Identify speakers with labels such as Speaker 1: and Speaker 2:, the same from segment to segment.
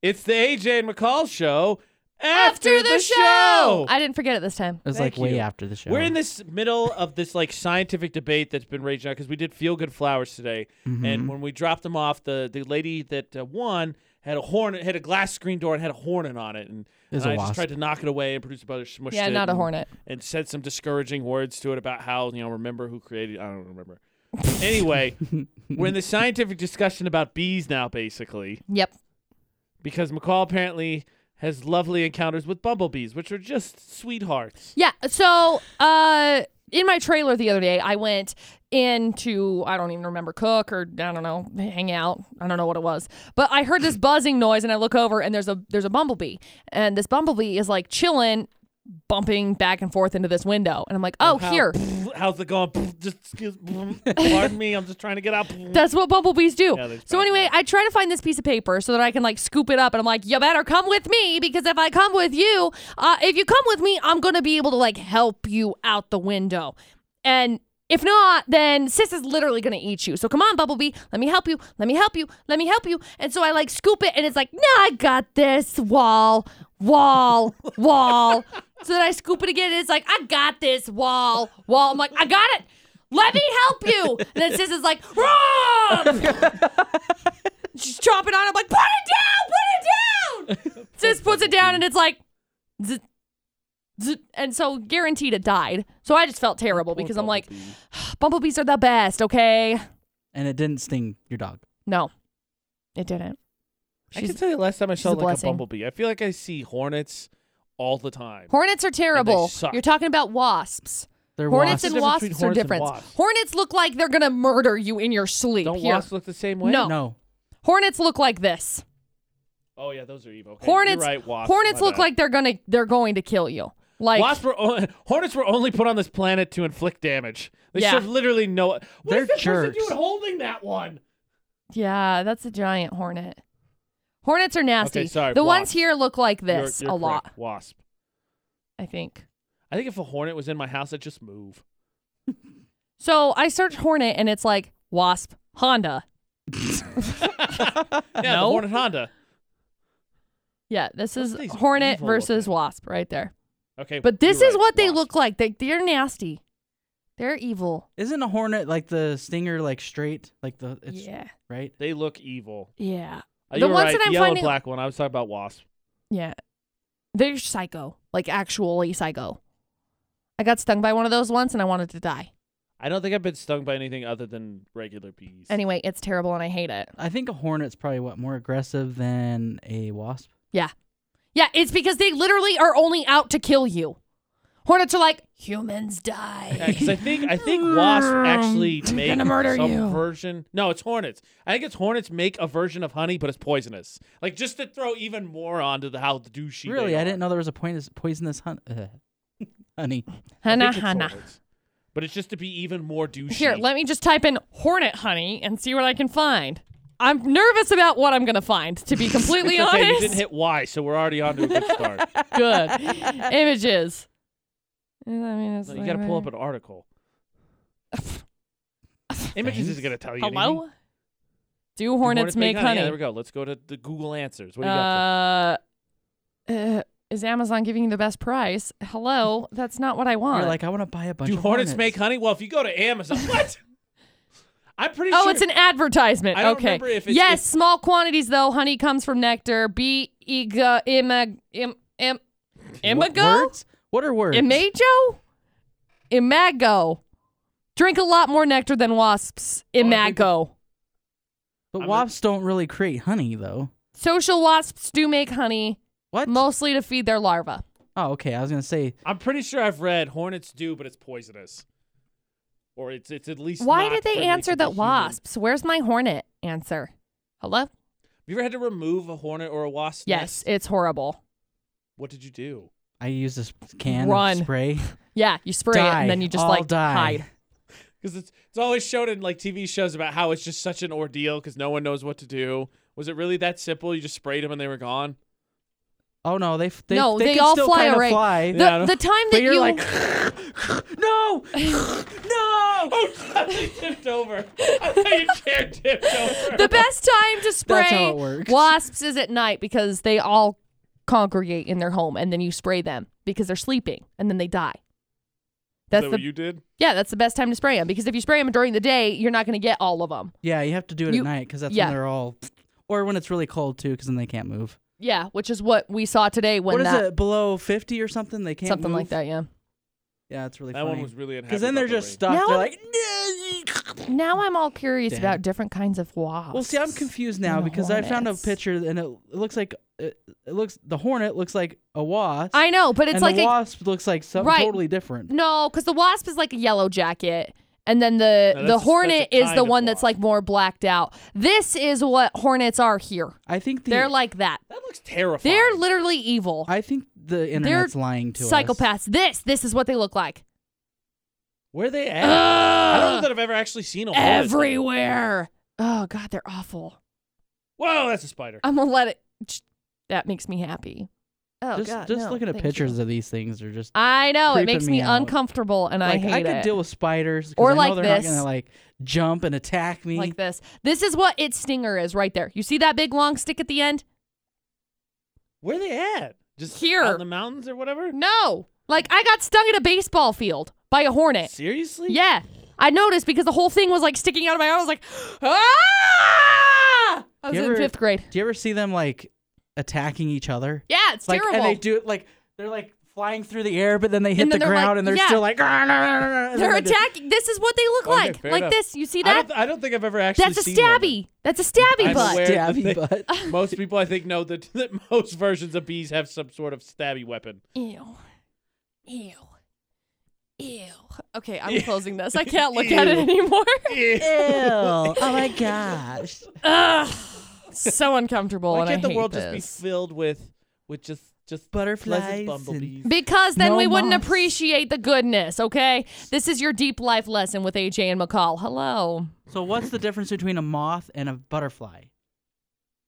Speaker 1: It's the AJ and McCall show after,
Speaker 2: After the show. I didn't forget it this time.
Speaker 3: It was
Speaker 1: Thank
Speaker 3: like way
Speaker 1: you.
Speaker 3: after the show.
Speaker 1: We're in this middle of this like scientific debate that's been raging on because we did feel good flowers today,
Speaker 3: Mm-hmm.
Speaker 1: and when we dropped them off, the the lady that uh, won had a horn, had a glass screen door and had a hornet on it, and,
Speaker 3: It was
Speaker 1: and
Speaker 3: a
Speaker 1: I just
Speaker 3: wasp.
Speaker 1: tried to knock it away, and producer brother smushed
Speaker 2: Yeah,
Speaker 1: it.
Speaker 2: not a
Speaker 1: and-
Speaker 2: hornet.
Speaker 1: and said some discouraging words to it about how you know remember who created. I don't remember. anyway, we're in the scientific discussion about bees now, basically,
Speaker 2: Yep.
Speaker 1: because McCall apparently has lovely encounters with bumblebees, which are just sweethearts.
Speaker 2: Yeah. So, uh, in my trailer the other day, I went in to I don't even remember cook or I don't know hang out. I don't know what it was, but I heard this buzzing noise and I look over and there's a there's a bumblebee and this bumblebee is like chilling, bumping back and forth into this window and I'm like, oh,
Speaker 1: How-
Speaker 2: here,
Speaker 1: How's it going? Just excuse, pardon me. I'm just trying to get out.
Speaker 2: That's what bumblebees do.
Speaker 1: Yeah, they
Speaker 2: so
Speaker 1: suck.
Speaker 2: anyway, I try to find this piece of paper so that I can like scoop it up, and I'm like, "You better come with me because if I come with you, uh, if you come with me, I'm gonna be able to like help you out the window, and if not, then sis is literally gonna eat you. So come on, bumblebee, let me help you, let me help you, let me help you. And so I like scoop it, and it's like, "No, I got this wall, wall, wall." So then I scoop it again, and it's like, "I got this wall, wall." I'm like, "I got it." Let me help you. And then sis is like, Rob! She's chopping on. it. I'm like, put it down, put it down. sis puts it down and it's like, zzz, zzz. and so guaranteed it died. So I just felt terrible because I'm like, bumblebees are the best, okay?
Speaker 3: and it didn't sting your dog.
Speaker 2: No, it didn't.
Speaker 1: I can
Speaker 2: She's-
Speaker 1: tell you last time I saw
Speaker 2: a
Speaker 1: like
Speaker 2: blessing.
Speaker 1: a bumblebee. I feel like I see hornets all the time.
Speaker 2: Hornets are terrible.
Speaker 1: suck.
Speaker 2: You're talking about wasps.
Speaker 3: They're
Speaker 2: Hornets
Speaker 3: wasps.
Speaker 2: and
Speaker 1: What's
Speaker 2: wasps
Speaker 1: the difference
Speaker 2: are
Speaker 1: between
Speaker 2: different.
Speaker 1: hornets and wasps?
Speaker 2: Hornets look like they're gonna murder you in your sleep.
Speaker 1: Don't
Speaker 2: Here.
Speaker 1: wasps look the same way?
Speaker 2: No.
Speaker 3: no.
Speaker 2: Hornets look like this.
Speaker 1: Oh yeah, those are evil. Okay, you're
Speaker 2: Hornets.
Speaker 1: right, wasps.
Speaker 2: hornets
Speaker 1: My
Speaker 2: look
Speaker 1: bad.
Speaker 2: like they're gonna they're going to kill you. Like
Speaker 1: Wasps were o- hornets were only put on this planet to inflict damage. They
Speaker 2: Yeah.
Speaker 1: should have literally no. What is
Speaker 3: They're
Speaker 1: the person
Speaker 3: jerks.
Speaker 1: doing holding that one?
Speaker 2: Yeah, that's a giant hornet. Hornets are nasty.
Speaker 1: Okay, sorry,
Speaker 2: the ones
Speaker 1: wasp.
Speaker 2: here look like
Speaker 1: You're-
Speaker 2: this
Speaker 1: you're
Speaker 2: a lot,
Speaker 1: correct, Wasp.
Speaker 2: I think.
Speaker 1: I think if a hornet was in my house, I'd just move.
Speaker 2: So I search hornet and it's like wasp Honda.
Speaker 1: Yeah, the
Speaker 2: No.
Speaker 1: hornet Honda.
Speaker 2: Yeah, this is
Speaker 1: thing's
Speaker 2: hornet
Speaker 1: evil
Speaker 2: versus
Speaker 1: looking.
Speaker 2: wasp right there.
Speaker 1: Okay,
Speaker 2: But this
Speaker 1: you're
Speaker 2: is
Speaker 1: right,
Speaker 2: what they
Speaker 1: wasp.
Speaker 2: look like. They they're nasty. They're evil.
Speaker 3: Isn't a hornet like the stinger like straight? Like the it's
Speaker 2: yeah.
Speaker 3: right?
Speaker 1: They look evil.
Speaker 2: Yeah.
Speaker 1: Uh,
Speaker 2: The
Speaker 1: you were
Speaker 2: ones
Speaker 1: right,
Speaker 2: that I'm
Speaker 1: yellow
Speaker 2: finding-
Speaker 1: and black one. I was talking about wasp.
Speaker 2: Yeah. They're psycho. Like actually psycho. I got stung by one of those once and I wanted to die.
Speaker 1: I don't think I've been stung by anything other than regular bees.
Speaker 2: Anyway, it's terrible and I hate it.
Speaker 3: I think a hornet's probably what more aggressive than a wasp.
Speaker 2: Yeah, it's because they literally are only out to kill you. Hornets are like humans die.
Speaker 1: Because I think I think wasps actually make
Speaker 2: gonna murder
Speaker 1: some
Speaker 2: you.
Speaker 1: version. No, it's hornets. I think it's hornets make a version of honey, but it's poisonous. Like just to throw even more onto the how douchey.
Speaker 3: really,
Speaker 1: they
Speaker 3: I
Speaker 1: are.
Speaker 3: didn't know there was a poisonous poisonous hun- uh, honey.
Speaker 1: I think
Speaker 2: Hana
Speaker 1: it's
Speaker 2: hana.
Speaker 1: hornets. But it's just to be even more douchey.
Speaker 2: Here, let me just type in hornet honey and see what I can find. I'm nervous about what I'm gonna find, to be completely
Speaker 1: It's okay, you
Speaker 2: honest.
Speaker 1: didn't hit Y, so we're already on to a good start.
Speaker 2: Good images. I mean, it's
Speaker 1: So you got to
Speaker 2: like- uh,
Speaker 1: pull up an article. Images
Speaker 3: Thanks.
Speaker 1: is going to tell you. anything.
Speaker 2: Hello. Do
Speaker 1: Do
Speaker 2: hornets, make honey?
Speaker 1: Yeah, there we go. Let's go to the Google answers. What do you got?
Speaker 2: uh, uh, is Amazon giving you the best price? Hello, that's not what I want.
Speaker 3: You're like, I want to buy a bunch
Speaker 1: Do
Speaker 3: of
Speaker 1: hornets make honey? Well, if you go to Amazon, what? I'm pretty
Speaker 2: Oh,
Speaker 1: sure.
Speaker 2: it's an advertisement.
Speaker 1: I don't
Speaker 2: okay.
Speaker 1: remember if it's-
Speaker 2: yes,
Speaker 1: if-
Speaker 2: small quantities though. Honey comes from nectar. Bee ega ima im im
Speaker 3: What
Speaker 2: imago
Speaker 3: words? What are words?
Speaker 2: imago imago. Drink a lot more nectar than wasps.
Speaker 3: Oh,
Speaker 2: Imago.
Speaker 3: but
Speaker 1: I'm a-
Speaker 3: wasps don't really create honey though.
Speaker 2: Social wasps do make honey,
Speaker 3: What?
Speaker 2: mostly to feed their larvae.
Speaker 3: oh, okay. I was gonna say
Speaker 1: I'm pretty sure I've read hornets do, but it's poisonous. Or it's it's at least.
Speaker 2: Why
Speaker 1: not
Speaker 2: did they
Speaker 1: friendly
Speaker 2: answer
Speaker 1: to the
Speaker 2: that
Speaker 1: human.
Speaker 2: wasps? Where's my hornet answer? Hello?
Speaker 1: Have you ever had to remove a hornet or a wasp?
Speaker 2: Yes,
Speaker 1: nest?
Speaker 2: it's horrible.
Speaker 1: What did you do?
Speaker 3: I use this can
Speaker 2: Run.
Speaker 3: of spray.
Speaker 2: Yeah, you spray it
Speaker 3: die.
Speaker 2: and then you just
Speaker 3: All
Speaker 2: like
Speaker 3: die.
Speaker 2: hide.
Speaker 1: Because it's it's always shown in like TV shows about how it's just such an ordeal because no one knows what to do. Was it really that simple? You just sprayed them and they were gone.
Speaker 3: Oh no, they f- they
Speaker 2: No,
Speaker 3: they,
Speaker 2: they
Speaker 3: can
Speaker 2: all
Speaker 3: still
Speaker 2: fly
Speaker 3: kinda
Speaker 2: away.
Speaker 3: Fly.
Speaker 2: The,
Speaker 1: Yeah, I know.
Speaker 2: the time that
Speaker 3: but you're
Speaker 2: you
Speaker 3: like, no, no.
Speaker 1: Oh, I tipped over. I thought your chair tipped over.
Speaker 2: The best time to spray
Speaker 3: how it works.
Speaker 2: wasps is at night because they all congregate in their home, and then you spray them because they're sleeping, and then they die. That's the
Speaker 1: you did?
Speaker 2: yeah. That's the best time to spray them because if you spray them during the day, you're not going to get all of them.
Speaker 3: Yeah, you have to do it
Speaker 2: You-
Speaker 3: at night because that's
Speaker 2: yeah.
Speaker 3: when they're all, or when it's really cold too, because then they can't move.
Speaker 2: Yeah, which is what we saw today when
Speaker 3: What is
Speaker 2: that
Speaker 3: it? Below fifty or something? They can't
Speaker 2: something like
Speaker 3: move?
Speaker 2: that. Yeah.
Speaker 3: Yeah, it's really
Speaker 1: That
Speaker 3: funny.
Speaker 1: one was really unhappy.
Speaker 3: Because then they're
Speaker 1: about the
Speaker 3: just
Speaker 1: rain.
Speaker 3: stuck.
Speaker 2: Now
Speaker 3: they're
Speaker 2: I'm-
Speaker 3: like,
Speaker 2: Now I'm all curious
Speaker 3: Dang.
Speaker 2: about different kinds of wasps.
Speaker 3: well, see, I'm confused now
Speaker 2: And the
Speaker 3: because I found a
Speaker 2: hornets.
Speaker 3: picture and it, it looks like uh, it, it looks the hornet looks like a wasp.
Speaker 2: I know, but it's
Speaker 3: and
Speaker 2: like
Speaker 3: the
Speaker 2: a
Speaker 3: wasp looks like something
Speaker 2: Right.
Speaker 3: totally different.
Speaker 2: No, because the wasp is like a yellow jacket, and then the
Speaker 1: No, that's a-
Speaker 2: the
Speaker 1: that's a
Speaker 2: hornet is
Speaker 1: kind
Speaker 2: the
Speaker 1: of
Speaker 2: one that's
Speaker 1: wasp.
Speaker 2: like more blacked out. This is what hornets are here.
Speaker 3: I think the
Speaker 2: They're like that.
Speaker 1: That looks terrifying.
Speaker 2: They're literally evil
Speaker 3: I think the internet's lying to us.
Speaker 2: psychopaths. This this is what they look like.
Speaker 1: Where are they at? I don't know
Speaker 2: Ugh,
Speaker 1: that I've ever actually seen a hornet.
Speaker 2: everywhere. Oh god, they're awful.
Speaker 1: Whoa, that's a spider.
Speaker 2: I'm gonna let it. sh- That makes me happy. Oh
Speaker 3: Just
Speaker 2: god,
Speaker 3: just
Speaker 2: no,
Speaker 3: looking at
Speaker 2: thank
Speaker 3: pictures
Speaker 2: you.
Speaker 3: of these things are just
Speaker 2: I know it
Speaker 3: creeping
Speaker 2: makes
Speaker 3: me
Speaker 2: me
Speaker 3: out.
Speaker 2: uncomfortable, and I
Speaker 3: like
Speaker 2: hate
Speaker 3: I could
Speaker 2: it.
Speaker 3: deal with spiders 'cause
Speaker 2: Or
Speaker 3: I know
Speaker 2: like
Speaker 3: they're
Speaker 2: this.
Speaker 3: not gonna like jump and attack me.
Speaker 2: like this. This is what its stinger is right there. You see that big long stick at the end?
Speaker 1: Where are they at? Just
Speaker 2: Here.
Speaker 1: out in the mountains or whatever.
Speaker 2: No. Like I got stung at a baseball field by a hornet.
Speaker 1: Seriously?
Speaker 2: Yeah. I noticed because the whole thing was like sticking out of my arm. I was like, ah! I was
Speaker 3: You
Speaker 2: in
Speaker 3: ever-
Speaker 2: fifth grade.
Speaker 3: Do you ever see them like attacking each other?
Speaker 2: Yeah, it's
Speaker 3: like
Speaker 2: terrible.
Speaker 3: and they do it like they're like flying through the air, but then they
Speaker 2: And
Speaker 3: hit
Speaker 2: then
Speaker 3: the
Speaker 2: they're like-
Speaker 3: ground and they're
Speaker 2: yeah.
Speaker 3: still like "Arr, arr, arr, arr," and
Speaker 2: are
Speaker 3: then they just-
Speaker 2: attacking. This is what they look
Speaker 1: Okay,
Speaker 2: like.
Speaker 1: fair
Speaker 2: Like
Speaker 1: enough.
Speaker 2: this. You see
Speaker 1: I
Speaker 2: that?
Speaker 1: don't, I don't think I've ever actually
Speaker 2: That's a
Speaker 1: seen one.
Speaker 2: stabby. That's a stabby
Speaker 1: I'm
Speaker 2: butt.
Speaker 1: aware- attacking-
Speaker 3: stabby butt.
Speaker 1: Most people, I think, know that, that most versions of bees have some sort of stabby weapon.
Speaker 2: Ew. Ew. Ew. Okay, I'm
Speaker 1: Ew.
Speaker 2: closing this. I can't look at it anymore.
Speaker 3: Oh my gosh.
Speaker 2: Ugh. So uncomfortable.
Speaker 1: Why
Speaker 2: and
Speaker 1: can't
Speaker 2: I
Speaker 1: the
Speaker 2: hate
Speaker 1: world
Speaker 2: this.
Speaker 1: just be filled with with just just
Speaker 3: Butterflies
Speaker 1: pleasant
Speaker 3: and-
Speaker 1: bumblebees?
Speaker 2: Because then
Speaker 3: No
Speaker 2: we wouldn't
Speaker 3: moss.
Speaker 2: appreciate the goodness, okay? This is your deep life lesson with AJ and McCall. Hello.
Speaker 3: So what's the difference between a moth and a butterfly?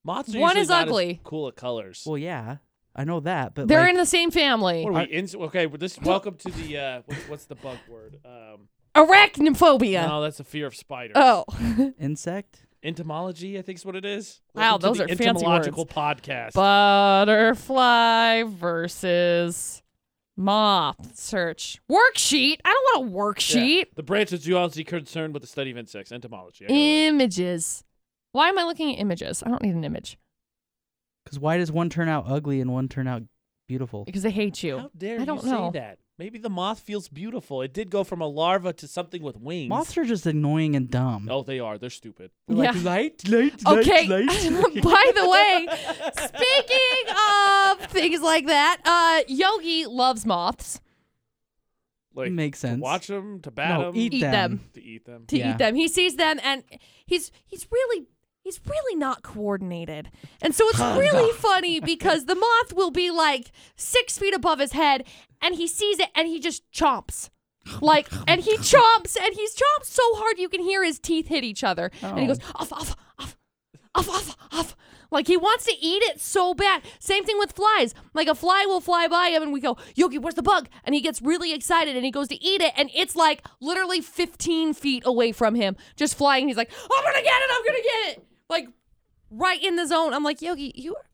Speaker 1: Moths are
Speaker 2: One
Speaker 1: usually
Speaker 2: is
Speaker 1: not as
Speaker 2: ugly.
Speaker 1: cool at colors.
Speaker 3: Well, yeah, I know that, but
Speaker 2: They're
Speaker 3: like,
Speaker 2: in the same family.
Speaker 1: What are we? ins okay, well, this welcome to the uh, what's, what's the bug word? Um,
Speaker 2: Arachnophobia.
Speaker 1: No, that's a fear of spiders.
Speaker 2: Oh.
Speaker 3: insect.
Speaker 1: entomology, I think is what it is.
Speaker 2: Wow,
Speaker 1: Welcome to
Speaker 2: those
Speaker 1: the
Speaker 2: are fancy
Speaker 1: entomological podcast.
Speaker 2: Butterfly versus moth search. Worksheet. I don't want a
Speaker 1: Yeah.
Speaker 2: worksheet.
Speaker 1: The branch of zoology concerned with the study of insects, entomology. I got it right.
Speaker 2: Images. Why am I looking at images? I don't need an image
Speaker 3: Because why does one turn out ugly and one turn out beautiful?
Speaker 2: because I hate you.
Speaker 1: How dare
Speaker 2: I don't
Speaker 1: you
Speaker 2: know.
Speaker 1: say that? Maybe the moth feels beautiful. It did go from a larva to something with wings.
Speaker 3: Moths are just annoying and dumb.
Speaker 1: Oh, they are. They're stupid.
Speaker 3: They're like
Speaker 2: Yeah.
Speaker 3: light, light, light,
Speaker 2: Okay.
Speaker 3: light.
Speaker 2: By the way, speaking of things like that, uh, Yogi loves moths.
Speaker 1: Like
Speaker 3: Makes
Speaker 1: to
Speaker 3: sense.
Speaker 1: watch them, to bat
Speaker 3: no,
Speaker 1: them,
Speaker 3: eat,
Speaker 2: Eat
Speaker 3: them.
Speaker 2: them.
Speaker 1: to eat them.
Speaker 2: To
Speaker 3: Yeah.
Speaker 2: eat them, he sees them, and he's he's really he's really not coordinated, and so it's really funny because the moth will be like six feet above his head, and he sees it, and he just chomps. Like and he chomps and he's chomps so hard you can hear his teeth hit each other. And he
Speaker 3: Oh.
Speaker 2: goes off off off off, off, off. Like he wants to eat it so bad. Same thing with flies. Like a fly will fly by him and we go, Yogi, where's the bug? And he gets really excited and he goes to eat it and it's like literally 15 feet away from him, just flying. He's like, I'm gonna get it, I'm gonna get it. Like right in the zone. I'm like, Yogi, you are.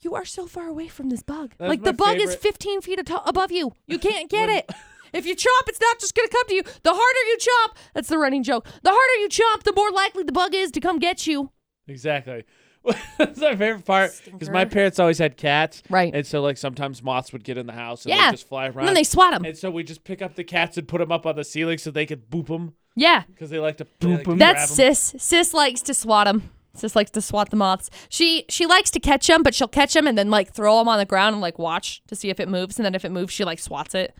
Speaker 2: You are so far away from this bug.
Speaker 1: That's
Speaker 2: like
Speaker 1: my
Speaker 2: the bug is
Speaker 1: favorite.
Speaker 2: 15 feet ato- above you. You can't get it. If you chomp, it's not just going to come to you. The harder you chomp, that's the running joke. The harder you chomp, the more likely the bug is to come get you.
Speaker 1: Exactly. That's my favorite part because my
Speaker 2: Stinker.
Speaker 1: parents always had cats,
Speaker 2: Right.
Speaker 1: And so like sometimes moths would get in the house and
Speaker 2: Yeah.
Speaker 1: they just fly around.
Speaker 2: And then they swat him.
Speaker 1: And so we just pick up the cats and put them up on the ceiling so they could boop them
Speaker 2: Yeah.
Speaker 1: because they like to boop like to grab
Speaker 3: 'em.
Speaker 2: That's
Speaker 1: 'em.
Speaker 2: Sis. Sis likes to swat them. Sis likes to swat the moths. She she likes to catch them, but she'll catch them and then like throw them on the ground and like watch to see if it moves. And then if it moves, she like swats it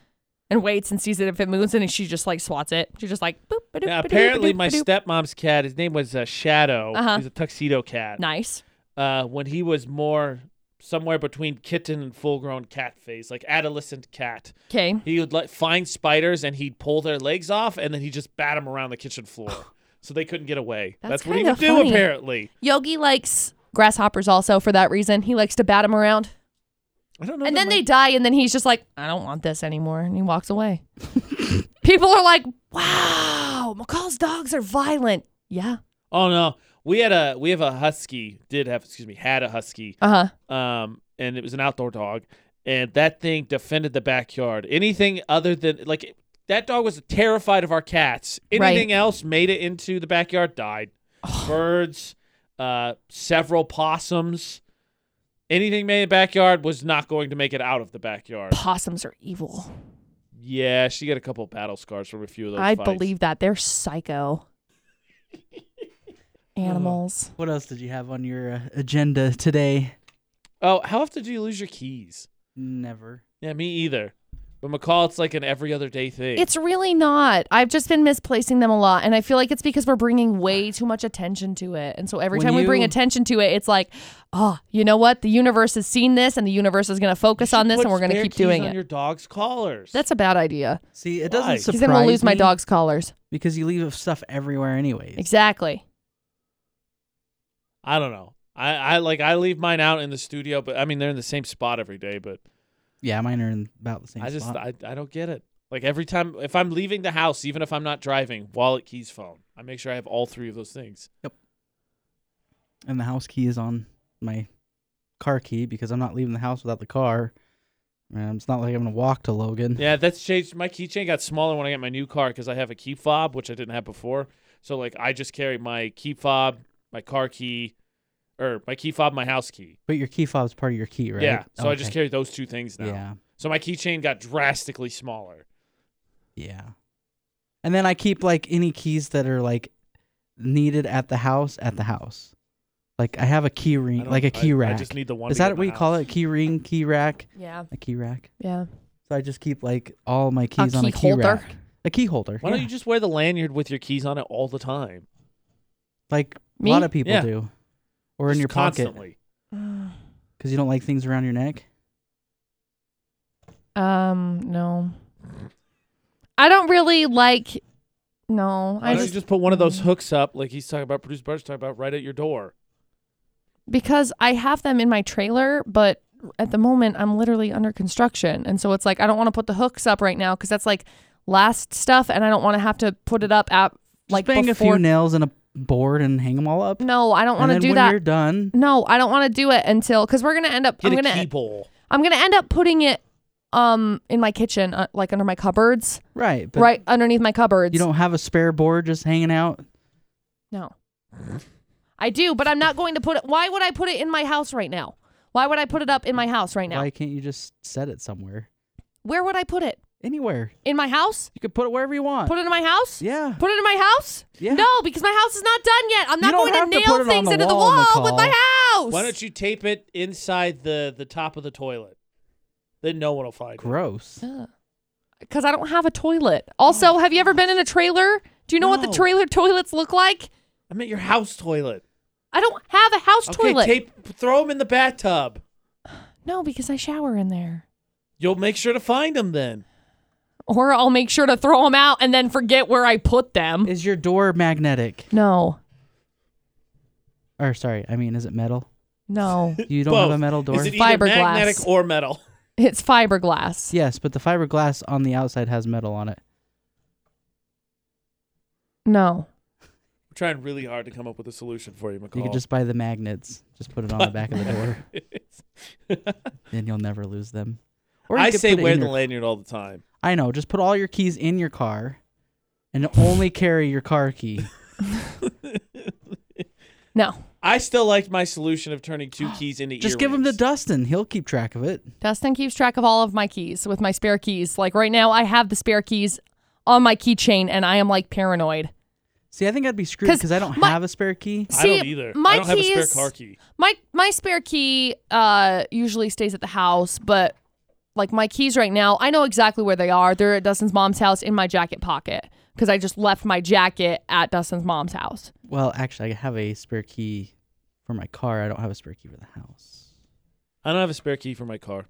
Speaker 2: and waits and sees it if it moves. And then she just like swats it. She just like boop. Ba-doop,
Speaker 1: Now,
Speaker 2: ba-doop,
Speaker 1: apparently,
Speaker 2: ba-doop,
Speaker 1: my
Speaker 2: ba-doop.
Speaker 1: stepmom's cat, his name was uh, Shadow.
Speaker 2: Uh-huh.
Speaker 1: He's a tuxedo cat.
Speaker 2: nice.
Speaker 1: Uh, when he was more somewhere between kitten and full-grown cat phase, like adolescent cat,
Speaker 2: Okay.
Speaker 1: he would like find spiders and he'd pull their legs off and then he'd just bat them around the kitchen floor. So they couldn't get away.
Speaker 2: That's
Speaker 1: That's, what he
Speaker 2: kinda
Speaker 1: would do,
Speaker 2: funny.
Speaker 1: apparently.
Speaker 2: Yogi likes grasshoppers also for that reason. He likes to bat them around.
Speaker 1: I don't know.
Speaker 2: and
Speaker 1: that
Speaker 2: then
Speaker 1: my-
Speaker 2: they die, and then he's just like, I don't want this anymore. And he walks away. People are like, wow. wow, McCall's dogs are violent. Yeah.
Speaker 1: Oh no, we had a we have a husky. Did have excuse me had a husky.
Speaker 2: Uh huh.
Speaker 1: um, and it was an outdoor dog, and that thing defended the backyard. Anything other than like that dog was terrified of our cats.
Speaker 2: Right.
Speaker 1: Anything else made it into the backyard died. Birds, uh, several possums. Anything made in the backyard was not going to make it out of the backyard.
Speaker 2: Possums are evil.
Speaker 1: Yeah, she got a couple battle scars from a few of those.
Speaker 2: I
Speaker 1: fights.
Speaker 2: believe that. They're psycho animals.
Speaker 3: What else did you have on your uh, agenda today?
Speaker 1: Oh, how often do you lose your keys?
Speaker 3: Never.
Speaker 1: Yeah, me either. But McCall, it's like an every other day thing.
Speaker 2: It's really not. I've just been misplacing them a lot. And I feel like it's because we're bringing way too much attention to it. And so every
Speaker 3: When
Speaker 2: time we bring
Speaker 3: you-
Speaker 2: attention to it, it's like, oh, you know what? The universe has seen this and the universe is going to focus on this and we're going to keep doing it.
Speaker 1: your dog's collars.
Speaker 2: That's a bad idea.
Speaker 3: See, it doesn't
Speaker 1: Why?
Speaker 3: surprise
Speaker 2: Because then we'll lose my
Speaker 3: me
Speaker 2: dog's collars.
Speaker 3: because you leave stuff everywhere anyways.
Speaker 2: Exactly.
Speaker 1: I don't know. I, I like I leave mine out in the studio, but I mean they're in the same spot every day. But
Speaker 3: Yeah, mine are in about the same.
Speaker 1: I just
Speaker 3: spot.
Speaker 1: I, I don't get it. Like every time if I'm leaving the house, even if I'm not driving, wallet, keys, phone, I make sure I have all three of those things.
Speaker 3: and the house key is on my car key because I'm not leaving the house without the car. Man, it's not like I'm gonna walk to Logan.
Speaker 1: Yeah, that's changed. My keychain got smaller when I got my new car because I have a key fob, which I didn't have before. So like I just carry my key fob, my car key, or my key fob, my house key.
Speaker 3: But your key fob's part of your key, right?
Speaker 1: Yeah. So I just
Speaker 3: Okay.
Speaker 1: carry those two things now.
Speaker 3: Yeah,
Speaker 1: So my keychain got drastically smaller.
Speaker 3: yeah. And then I keep like any keys that are like needed at the house at the house. Like I have a key
Speaker 1: I
Speaker 3: ring,
Speaker 1: don't-
Speaker 3: like a
Speaker 1: I-
Speaker 3: key rack.
Speaker 1: I just need the one.
Speaker 3: is
Speaker 1: to go
Speaker 3: that
Speaker 1: to
Speaker 3: what
Speaker 1: my
Speaker 3: you call
Speaker 1: house.
Speaker 3: it? Key ring, key rack,
Speaker 2: Yeah.
Speaker 3: a key rack.
Speaker 2: Yeah.
Speaker 3: So I just keep like all my keys on
Speaker 2: key
Speaker 3: a key
Speaker 2: holder?
Speaker 3: rack, a key holder.
Speaker 1: Why don't
Speaker 3: yeah.
Speaker 1: you just wear the lanyard with your keys on it all the time?
Speaker 3: like
Speaker 2: Me?
Speaker 3: a lot of people
Speaker 1: Yeah.
Speaker 3: do, or in
Speaker 1: Just
Speaker 3: your pocket
Speaker 1: constantly.
Speaker 3: because you don't like things around your neck.
Speaker 2: Um, no. I don't really like. No,
Speaker 1: Why
Speaker 2: I
Speaker 1: don't you
Speaker 2: just
Speaker 1: just put one of those hooks up, like he's talking about, producer Bart's talking about, right at your door?
Speaker 2: because I have them in my trailer, but at the moment I'm literally under construction, and so it's like I don't want to put the hooks up right now because that's like last stuff, and I don't want to have to put it up at like
Speaker 3: just bang
Speaker 2: before.
Speaker 3: a few nails in a board and hang them all up.
Speaker 2: no, I don't want to
Speaker 3: and then
Speaker 2: do
Speaker 3: when
Speaker 2: that.
Speaker 3: you're done,
Speaker 2: No, I don't want to do it until because we're gonna end up.
Speaker 1: Get
Speaker 2: I'm
Speaker 1: a
Speaker 2: gonna
Speaker 1: key bowl.
Speaker 2: I'm gonna end up putting it um in my kitchen, uh, like under my cupboards,
Speaker 3: right? But
Speaker 2: right underneath my cupboards.
Speaker 3: You don't have a spare board just hanging out.
Speaker 2: No. I do, but I'm not going to put it. Why would I put it in my house right now? Why would I put it up in my house right now?
Speaker 3: Why can't you just set it somewhere?
Speaker 2: Where would I put it?
Speaker 3: Anywhere.
Speaker 2: In my house?
Speaker 3: You could put it wherever you want.
Speaker 2: Put it in my house?
Speaker 3: yeah.
Speaker 2: Put it in my house?
Speaker 3: Yeah.
Speaker 2: No, because my house is not done yet. I'm
Speaker 3: You
Speaker 2: not
Speaker 3: don't
Speaker 2: going to
Speaker 3: have to
Speaker 2: nail
Speaker 3: put it on
Speaker 2: things
Speaker 3: the
Speaker 2: into
Speaker 3: wall,
Speaker 2: the wall with my
Speaker 3: Nicole.
Speaker 2: house.
Speaker 1: Why don't you tape it inside the the top of the toilet? Then no one will find it.
Speaker 3: Gross.
Speaker 2: Because I don't have a toilet. Also,
Speaker 3: Oh.
Speaker 2: have you ever been in a trailer? Do you know what the
Speaker 1: No.
Speaker 2: trailer toilets look like?
Speaker 1: I meant your house toilet.
Speaker 2: I don't have a house
Speaker 1: okay,
Speaker 2: toilet.
Speaker 1: tape. Throw them in the bathtub.
Speaker 2: no, because I shower in there.
Speaker 1: You'll make sure to find them then.
Speaker 2: Or I'll make sure to throw them out and then forget where I put them.
Speaker 3: Is your door magnetic?
Speaker 2: No,
Speaker 3: Or sorry, I mean, is it metal?
Speaker 2: no.
Speaker 3: You don't have a
Speaker 1: Both.
Speaker 3: metal door.
Speaker 1: Is it e- either
Speaker 2: Fiberglass.
Speaker 1: magnetic or metal?
Speaker 2: It's fiberglass.
Speaker 3: yes, but the fiberglass on the outside has metal on it.
Speaker 2: No.
Speaker 1: I'm trying really hard to come up with a solution for you, McCall.
Speaker 3: You could just buy the magnets. Just put it on the back of the door. then you'll never lose them. Or you
Speaker 1: I
Speaker 3: could
Speaker 1: say
Speaker 3: put it in
Speaker 1: wear
Speaker 3: your
Speaker 1: the lanyard all the time.
Speaker 3: I know. Just put all your keys in your car, and only carry your car key.
Speaker 2: No.
Speaker 1: I still liked my solution of turning two keys into
Speaker 3: Just give him to
Speaker 1: earrings.
Speaker 3: Dustin. He'll keep track of it.
Speaker 2: Dustin keeps track of all of my keys with my spare keys. Like right now, I have the spare keys on my keychain and I am like paranoid.
Speaker 3: See, I think I'd be screwed
Speaker 2: 'Cause
Speaker 3: because I don't
Speaker 2: my-
Speaker 3: have a spare key.
Speaker 1: I don't
Speaker 2: See,
Speaker 1: either.
Speaker 2: my
Speaker 1: I don't have a spare
Speaker 2: keys-
Speaker 1: car key.
Speaker 2: My my spare key uh usually stays at the house, but like my keys right now, I know exactly where they are. They're at Dustin's mom's house in my jacket pocket because I just left my jacket at Dustin's mom's house.
Speaker 3: Well, actually, I have a spare key for my car. I don't have a spare key for the house.
Speaker 1: I don't have a spare key for my car.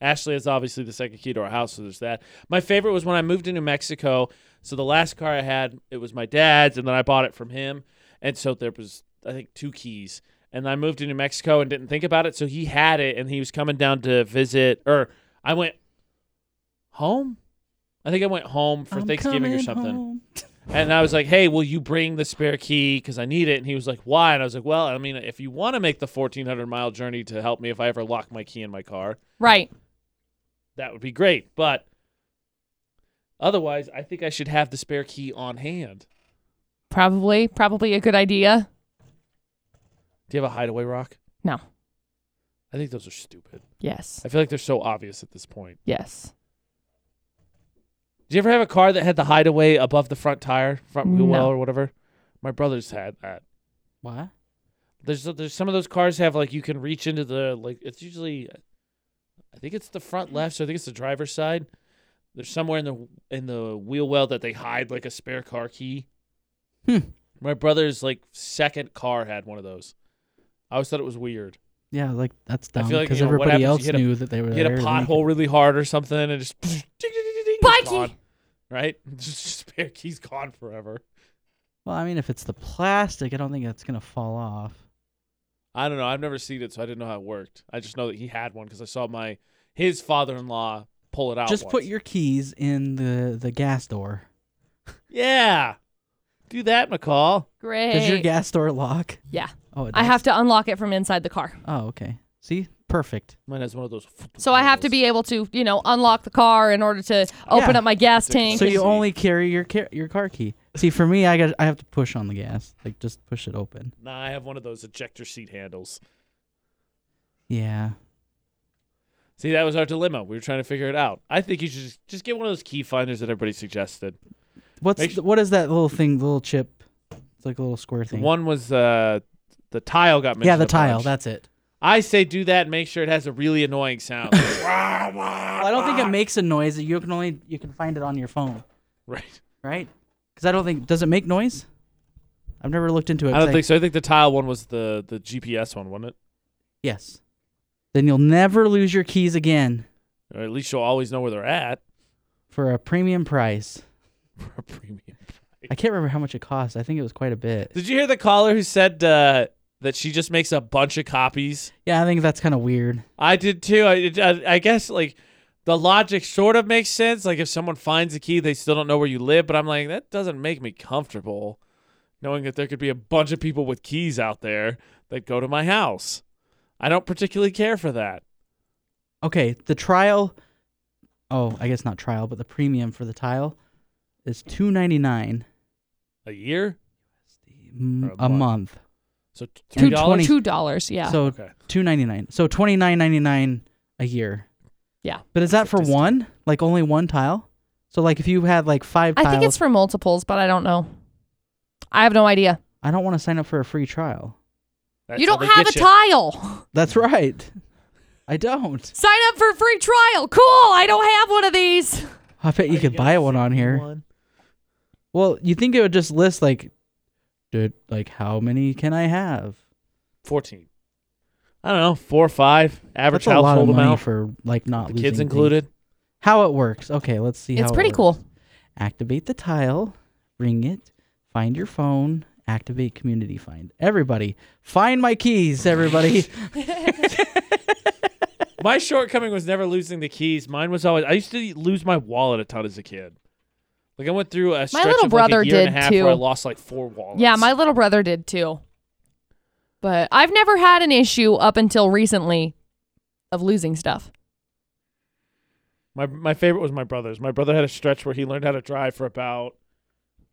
Speaker 1: Ashley has obviously the second key to our house, so there's that. My favorite was when I moved to New Mexico. So the last car I had, it was my dad's, and then I bought it from him. And so there was, I think, two keys. And I moved to New Mexico and didn't think about it. So he had it, and he was coming down to visit, or I went home. I think I went home for
Speaker 3: I'm
Speaker 1: Thanksgiving or
Speaker 3: coming
Speaker 1: something.
Speaker 3: home.
Speaker 1: And I was like, "Hey, will you bring the spare key? Because I need it." And he was like, "Why?" And I was like, "Well, I mean, if you want to make the fourteen hundred mile journey to help me if I ever lock my key in my car,
Speaker 2: Right.
Speaker 1: that would be great. But otherwise, I think I should have the spare key on hand.
Speaker 2: Probably. Probably a good idea.
Speaker 1: Do you have a hideaway rock?
Speaker 2: No.
Speaker 1: I think those are stupid.
Speaker 2: Yes.
Speaker 1: I feel like they're so obvious at this point.
Speaker 2: Yes.
Speaker 1: Did you ever have a car that had the hideaway above the front tire, front wheel
Speaker 2: No.
Speaker 1: well or whatever? My brother's had that.
Speaker 3: What?
Speaker 1: There's there's some of those cars have like you can reach into the like it's usually, I think it's the front left, so I think it's the driver's side. There's somewhere in the in the wheel well that they hide like a spare car key.
Speaker 3: Hmm.
Speaker 1: My brother's like second car had one of those. I always thought it was weird.
Speaker 3: Yeah, like that's
Speaker 1: I
Speaker 3: dumb
Speaker 1: feel like,
Speaker 3: because
Speaker 1: you know, what happens,
Speaker 3: everybody
Speaker 1: you
Speaker 3: else
Speaker 1: hit a-
Speaker 3: knew that they were
Speaker 1: He had
Speaker 3: there
Speaker 1: a
Speaker 3: to make it.
Speaker 1: pothole really hard or something, and it just ding, ding, ding, ding,
Speaker 2: Bikey!
Speaker 1: gone, right? Just spare key's gone forever.
Speaker 3: Well, I mean, if it's the plastic, I don't think that's gonna fall off.
Speaker 1: I don't know. I've never seen it, so I didn't know how it worked. I just know that he had one because I saw my his father-in-law pull it out.
Speaker 3: Just put
Speaker 1: once.
Speaker 3: your keys in the the gas door.
Speaker 1: yeah. Do that, McCall.
Speaker 2: Great.
Speaker 3: Does your gas door lock?
Speaker 2: Yeah.
Speaker 3: Oh, it
Speaker 2: I
Speaker 3: does?
Speaker 2: have to unlock it from inside the car.
Speaker 3: Oh, okay. See, perfect.
Speaker 1: Mine has one of those.
Speaker 2: So I have to be able to, you know, unlock the car in order to open
Speaker 3: Yeah.
Speaker 2: up my gas tank.
Speaker 1: Thank
Speaker 3: so
Speaker 1: you.
Speaker 3: you only carry your car- your car key. See, for me, I got I have to push on the gas, like just push it open.
Speaker 1: Nah, I have one of those ejector seat handles.
Speaker 3: Yeah.
Speaker 1: See, that was our dilemma. We were trying to figure it out. I think you should just, just get one of those key finders that everybody suggested.
Speaker 3: What's
Speaker 1: Make su-
Speaker 3: th- what is that little thing? The little chip. It's like a little square
Speaker 1: The
Speaker 3: thing.
Speaker 1: one was uh, the tile got mentioned.
Speaker 3: yeah, the
Speaker 1: a
Speaker 3: tile.
Speaker 1: bunch.
Speaker 3: That's it.
Speaker 1: I say do that and make sure it has a really annoying sound.
Speaker 3: Well, I don't
Speaker 1: Ah.
Speaker 3: think it makes a noise. You can only you can find it on your phone,
Speaker 1: right.
Speaker 3: right? Because I don't think does it make noise. I've never looked into it.
Speaker 1: I don't
Speaker 3: 'cause
Speaker 1: think so. I think the tile one was the the GPS one, wasn't it?
Speaker 3: Yes. Then you'll never lose your keys again
Speaker 1: Or at least you'll always know where they're at
Speaker 3: for a premium price.
Speaker 1: for a premium.
Speaker 3: I can't remember how much it cost. I think it was quite a bit.
Speaker 1: Did you hear the caller who said uh, that she just makes a bunch of copies?
Speaker 3: Yeah, I think that's kind of weird.
Speaker 1: I did too. I, I, I guess like the logic sort of makes sense. Like if someone finds a key, they still don't know where you live. But I'm like, that doesn't make me comfortable knowing that there could be a bunch of people with keys out there that go to my house. I don't particularly care for that.
Speaker 3: Okay, the trial. Oh, I guess not trial, but the premium for the tile is two ninety nine
Speaker 1: A year?
Speaker 3: m-
Speaker 1: a
Speaker 3: a
Speaker 1: month.
Speaker 3: month.
Speaker 1: So
Speaker 2: Two
Speaker 1: two
Speaker 3: And
Speaker 1: dollars.
Speaker 3: $20.
Speaker 2: two dollars. Yeah.
Speaker 3: So
Speaker 1: Okay.
Speaker 3: two ninety nine. So twenty nine ninety nine a year.
Speaker 2: Yeah.
Speaker 3: But is that for
Speaker 1: Statistic.
Speaker 3: one? Like only one tile? So like if you had like five
Speaker 2: I
Speaker 3: tiles,
Speaker 2: think it's for multiples, but I don't know. I have no idea.
Speaker 3: I don't want to sign up for a free trial.
Speaker 1: That's
Speaker 2: you
Speaker 1: how
Speaker 2: don't
Speaker 1: they
Speaker 2: have a
Speaker 1: get you.
Speaker 2: tile.
Speaker 3: That's right. I don't.
Speaker 2: Sign up for a free trial. Cool. I don't have one of these.
Speaker 3: I bet you
Speaker 1: Are
Speaker 3: could
Speaker 1: gonna
Speaker 3: buy one
Speaker 1: send
Speaker 3: on
Speaker 1: me
Speaker 3: here.
Speaker 1: one?
Speaker 3: Well, you think it would just list like, dude, like how many can I have?
Speaker 1: 14. I don't know, four or five. Average
Speaker 3: That's a lot of
Speaker 1: household
Speaker 3: money
Speaker 1: amount.
Speaker 3: for like not
Speaker 1: the
Speaker 3: losing
Speaker 1: kids
Speaker 3: things.
Speaker 1: included.
Speaker 3: How it works? Okay, let's see.
Speaker 2: it's
Speaker 3: how it
Speaker 2: pretty
Speaker 3: works.
Speaker 2: cool.
Speaker 3: Activate the tile, ring it, find your phone, activate community find. Everybody, find my keys. Everybody.
Speaker 1: My shortcoming was never losing the keys. Mine was always I used to lose my wallet a ton as a kid. Like I went through a stretch
Speaker 2: little
Speaker 1: of
Speaker 2: brother
Speaker 1: like a year and
Speaker 2: did,
Speaker 1: a half
Speaker 2: too.
Speaker 1: where I lost like four wallets.
Speaker 2: Yeah, my little brother did too. But I've never had an issue up until recently of losing stuff.
Speaker 1: my my favorite was my brother's. My brother had a stretch where he learned how to drive for about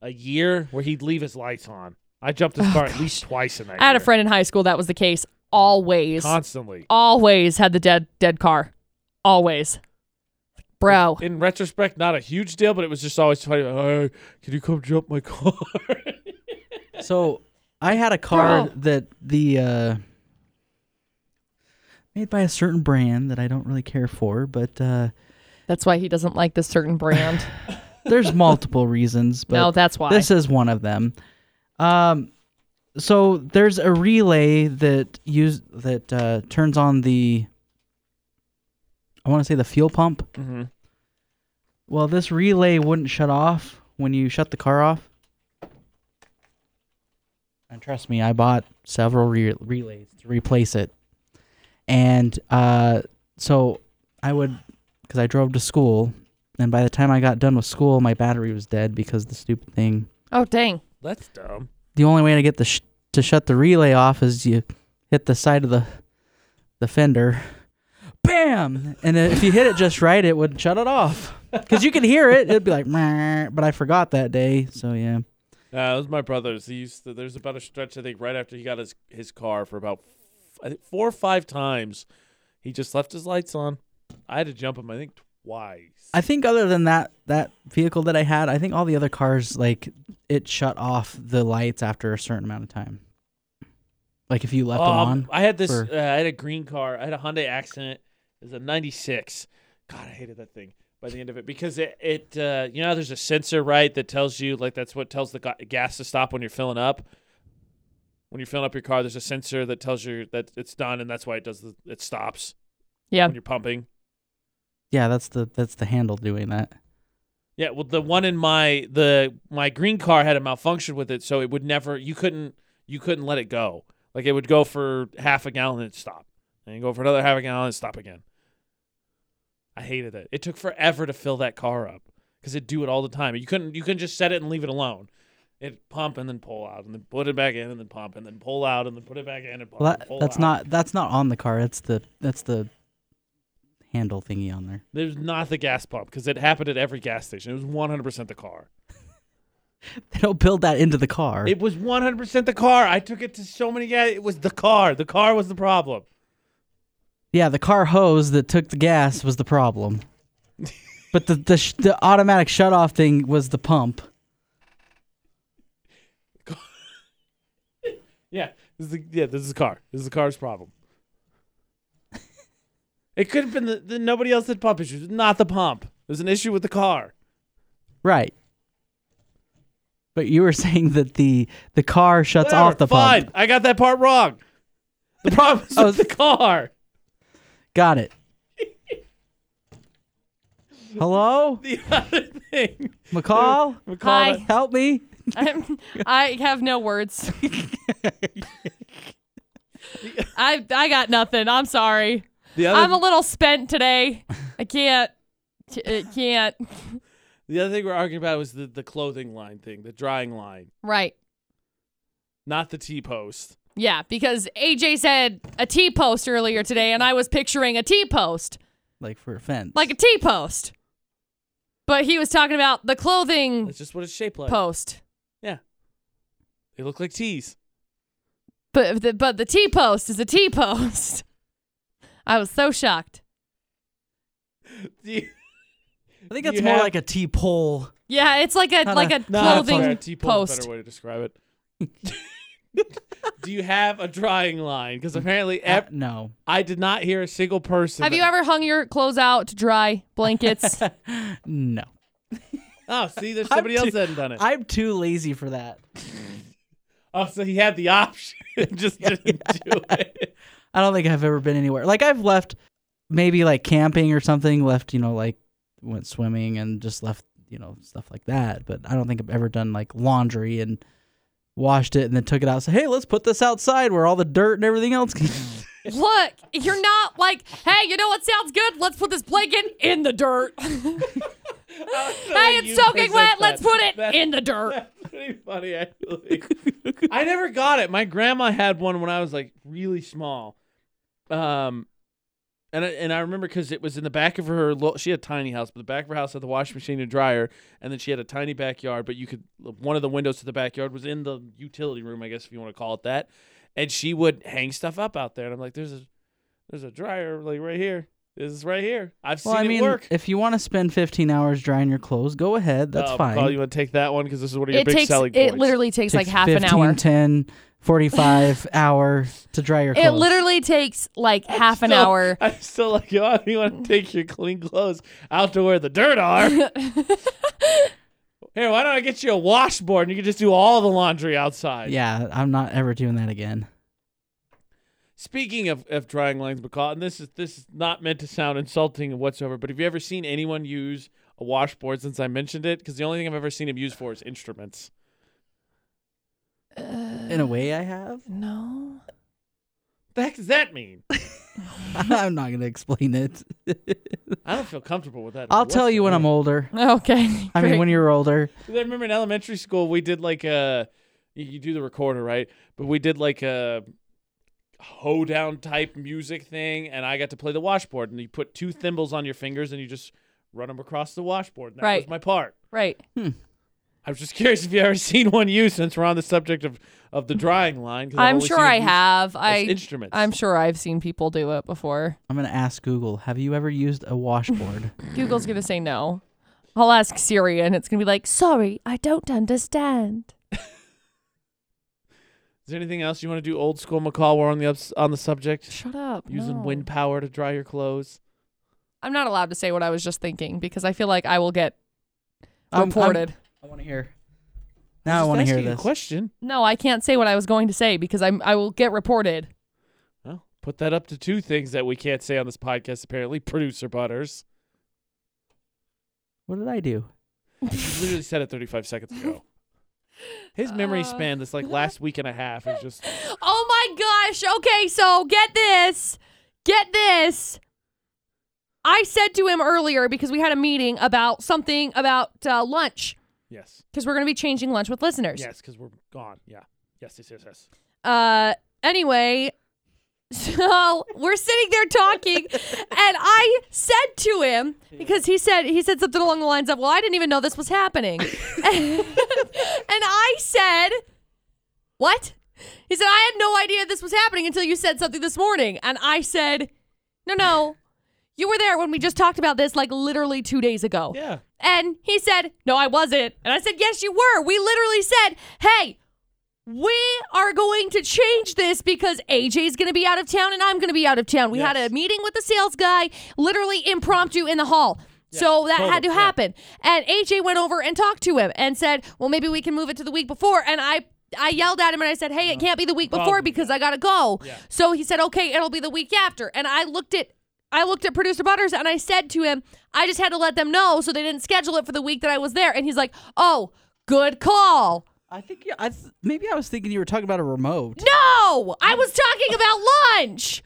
Speaker 1: a year where he'd leave his lights on. I jumped his
Speaker 2: Oh,
Speaker 1: car
Speaker 2: gosh.
Speaker 1: at least twice in that
Speaker 2: I had a
Speaker 1: year.
Speaker 2: friend in high school that was the case. Always,
Speaker 1: constantly.
Speaker 2: always had the dead dead car. Always, bro.
Speaker 1: In retrospect, not a huge deal, but it was just always funny. Hey, can you come jump my car?
Speaker 3: so I had a card
Speaker 2: Bro.
Speaker 3: that the uh made by a certain brand that I don't really care for, but uh
Speaker 2: That's why he doesn't like this certain brand.
Speaker 3: there's multiple reasons, but
Speaker 2: no, that's why.
Speaker 3: This is one of them. Um, so there's a relay that use that uh, turns on the. I want to say the fuel pump.
Speaker 1: mm-hmm.
Speaker 3: Well, this relay wouldn't shut off when you shut the car off. And trust me, I bought several re- relays to replace it. And uh, so I would, because I drove to school, and by the time I got done with school, my battery was dead because the stupid thing.
Speaker 2: Oh dang.
Speaker 1: That's dumb.
Speaker 3: The only way to get the sh- to shut the relay off is you hit the side of the the fender. Bam! And then if you hit it just right, it would shut it off. Cuz you could hear it. It'd be like, "Meh," but I forgot that day. So yeah.
Speaker 1: Uh, it was my brother's. He used to, there's about a stretch I think right after he got his his car for about f- I think four or five times. He just left his lights on. I had to jump him I think twice.
Speaker 3: I think other than that that vehicle that I had, I think all the other cars like it shut off the lights after a certain amount of time. Like if you left them on.
Speaker 1: Um, I had this.
Speaker 3: for-
Speaker 1: Uh, I had a green car. I had a Hyundai Accent. It was a '96. God, I hated that thing by the end of it because it, it uh, you know, how there's a sensor right that tells you like that's what tells the ga- gas to stop when you're filling up. When you're filling up your car, there's a sensor that tells you that it's done, and that's why it does the, it stops
Speaker 2: Yeah.
Speaker 1: when you're pumping.
Speaker 3: Yeah, that's the that's the handle doing that.
Speaker 1: Yeah, well, the one in my the my green car had a malfunction with it, so it would never. You couldn't you couldn't let it go. Like it would go for half a gallon and it'd stop, and go for another half a gallon and stop again. I hated it. It took forever to fill that car up because it'd do it all the time. You couldn't you couldn't just set it and leave it alone. It pump and then pull out and then put it back in and then pump and then pull out and then put it back in and pump.
Speaker 3: Well,
Speaker 1: and
Speaker 3: that,
Speaker 1: pull
Speaker 3: that's
Speaker 1: out.
Speaker 3: not that's not on the car. That's the that's the handle thingy on there.
Speaker 1: There's not the gas pump because it happened at every gas station. It was 100% the car.
Speaker 3: They don't build that into the car.
Speaker 1: It was 100% the car. I took it to so many guys. It was the car. The car was the problem.
Speaker 3: yeah, the car hose that took the gas was the problem. but the the, sh- the automatic shut off thing was the pump.
Speaker 1: Yeah. This is the, yeah, this is the car. This is the car's problem. it could have been the, the nobody else had pump issues. Not the pump. There's an issue with the car.
Speaker 3: Right. But you were saying that the the car shuts
Speaker 1: Whatever,
Speaker 3: off the
Speaker 1: Fine.
Speaker 3: pump.
Speaker 1: I got that part wrong. The problem is
Speaker 3: Oh,
Speaker 1: with the car.
Speaker 3: Got it. Hello?
Speaker 1: The other thing.
Speaker 3: McCall?
Speaker 1: We call
Speaker 2: Hi.
Speaker 1: it-
Speaker 3: Help me.
Speaker 2: I'm, I have no words. I I got nothing. I'm sorry.
Speaker 1: The other
Speaker 2: I'm a little spent today. I can't. I can't.
Speaker 1: the other thing we're arguing about was the, the clothing line thing, the drying line,
Speaker 2: Right.
Speaker 1: not the T post.
Speaker 2: Yeah, because AJ said a T post earlier today, and I was picturing a T post,
Speaker 3: Like for offense.
Speaker 2: like a T post. But he was talking about the clothing
Speaker 1: That's just what it's shaped like.
Speaker 2: post.
Speaker 1: They look like T's.
Speaker 2: But the, but the T post is a T post. I was so shocked.
Speaker 1: The-
Speaker 3: I think
Speaker 1: You
Speaker 3: it's more
Speaker 1: have-
Speaker 3: like a T pole.
Speaker 2: Yeah, it's like a
Speaker 3: Not
Speaker 2: like
Speaker 3: a-
Speaker 2: a
Speaker 1: Nah, that's
Speaker 2: clothing
Speaker 1: fair. T-pole's a
Speaker 2: post.
Speaker 1: better way to describe it. Do you have a drying line? Because apparently, ev-
Speaker 3: Uh, no.
Speaker 1: I did not hear a single person.
Speaker 2: Have you
Speaker 1: that-
Speaker 2: ever hung your clothes out to dry blankets?
Speaker 3: No.
Speaker 1: Oh, see, there's
Speaker 3: I'm
Speaker 1: somebody else
Speaker 3: too-
Speaker 1: that hadn't done it.
Speaker 3: I'm too lazy for that.
Speaker 1: oh, so he had the option, just didn't do it.
Speaker 3: I don't think I've ever been anywhere. Like I've left maybe like camping or something, left, you know, like went swimming and just left, you know, stuff like that. But I don't think I've ever done like laundry and washed it and then took it out and said, Hey, let's put this outside where all the dirt and everything else can
Speaker 2: Look, you're not like, hey, you know what sounds good? Let's put this blanket in the dirt. hey, it's soaking wet. Let's put it in the dirt.
Speaker 1: That's pretty funny, actually. I never got it. My grandma had one when I was like really small, um, and I, and I remember because it was in the back of her. lo- She had a tiny house, but the back of her house had the washing machine and dryer, and then she had a tiny backyard. But you could one of the windows to the backyard was in the utility room, I guess if you want to call it that. And she would hang stuff up out there, and I'm like, "There's a, there's a dryer like right here. This is right here. I've
Speaker 3: Well,
Speaker 1: seen
Speaker 3: I mean,
Speaker 1: it work."
Speaker 3: if you want to spend 15 hours drying your clothes, go ahead. That's
Speaker 1: Uh,
Speaker 3: fine.
Speaker 1: Paul, you want to take that one because this is one of your
Speaker 2: It
Speaker 1: big
Speaker 2: takes
Speaker 1: selling points.
Speaker 2: it literally takes like
Speaker 3: Takes
Speaker 2: half
Speaker 3: 15,
Speaker 2: an hour.
Speaker 3: 10, 45 hour to dry your clothes.
Speaker 2: It literally takes like half an
Speaker 1: still-
Speaker 2: hour.
Speaker 1: I'm still like, yo, you
Speaker 3: Mm.
Speaker 1: want to take your clean clothes out to where the dirt are. Here, why don't I get you a washboard and you can just do all the laundry outside?
Speaker 3: Yeah, I'm not ever doing that again.
Speaker 1: Speaking of, of drying lines, McCall, and this is this is not meant to sound insulting whatsoever, but have you ever seen anyone use a washboard since I mentioned it? Because the only thing I've ever seen him used for is instruments.
Speaker 3: In a way, I have.
Speaker 2: No.
Speaker 1: What the heck does that mean?
Speaker 3: I'm not gonna explain it.
Speaker 1: I don't feel comfortable with that.
Speaker 3: I'll tell you when I'm older.
Speaker 2: Okay.
Speaker 3: I mean,
Speaker 2: great.
Speaker 3: when you're older.
Speaker 1: I remember in elementary school we did like uh you, you do the recorder, right? But we did like a hoedown type music thing and I got to play the washboard and you put two thimbles on your fingers and you just run them across the washboard. And that
Speaker 2: Right.
Speaker 1: was my part.
Speaker 2: right.
Speaker 1: I was just curious if you ever seen one used since we're on the subject of, of the drawing line. 'cause I've
Speaker 2: I'm
Speaker 1: only
Speaker 2: sure
Speaker 1: seen it
Speaker 2: I
Speaker 1: used
Speaker 2: have.
Speaker 1: as
Speaker 2: I
Speaker 1: instruments.
Speaker 2: I'm sure I've seen people do it before.
Speaker 3: I'm gonna ask Google. Have you ever used a washboard?
Speaker 2: Google's gonna say no. I'll ask Siri, and it's gonna be like, "Sorry, I don't understand."
Speaker 1: Is there anything else you want to do old school McCall while we're on the ups- on the subject?
Speaker 2: Shut up.
Speaker 1: Using
Speaker 2: no.
Speaker 1: wind power to dry your clothes.
Speaker 2: I'm not allowed to say what I was just thinking because I feel like I will get
Speaker 3: I'm- I'm-
Speaker 2: reported.
Speaker 3: I want to hear.
Speaker 1: was
Speaker 3: Now I
Speaker 1: just
Speaker 3: want to hear
Speaker 1: asking a
Speaker 3: this.
Speaker 1: question.
Speaker 2: no, I can't say what I was going to say because I'm I will get reported.
Speaker 1: Well, put that up to two things that we can't say on this podcast, apparently. Producer Butters.
Speaker 3: What did I do?
Speaker 1: You literally said it 35 seconds ago. His memory
Speaker 2: Uh.
Speaker 1: span this like last week and a half is just
Speaker 2: Oh my gosh. Okay, so get this. Get this. I said to him earlier because we had a meeting about something about uh, lunch
Speaker 1: yes.
Speaker 2: because we're going to be changing lunch with listeners.
Speaker 1: Yes, because we're gone. Yeah. Yes, yes, yes, yes.
Speaker 2: Uh, anyway, so we're sitting there talking, and I said to him because he said he said something along the lines of, "Well, I didn't even know this was happening," and I said, "What?" He said, "I had no idea this was happening until you said something this morning," and I said, "No, no." You were there when we just talked about this like literally two days ago.
Speaker 1: Yeah.
Speaker 2: And he said, No, I wasn't. And I said, Yes, you were. We literally said, Hey, we are going to change this because AJ's going to be out of town and I'm going to be out of town. We had
Speaker 1: Yes.
Speaker 2: a meeting with the sales guy, literally impromptu in the hall. so that had to
Speaker 1: totally, yeah.
Speaker 2: happen. And AJ went over and talked to him and said, Well, maybe we can move it to the week before. And I. I yelled at him and I said, "Hey, it can't be the week before
Speaker 1: problem.
Speaker 2: because I gotta go."
Speaker 1: Yeah.
Speaker 2: So he said, "Okay, it'll be the week after." And I looked at I looked at producer Butters and I said to him, I just had to let them know so they didn't schedule it for the week that I was there. And he's like, Oh, good call.
Speaker 3: I think yeah, I th- maybe I was thinking you were talking about a remote.
Speaker 2: No, I was talking about lunch.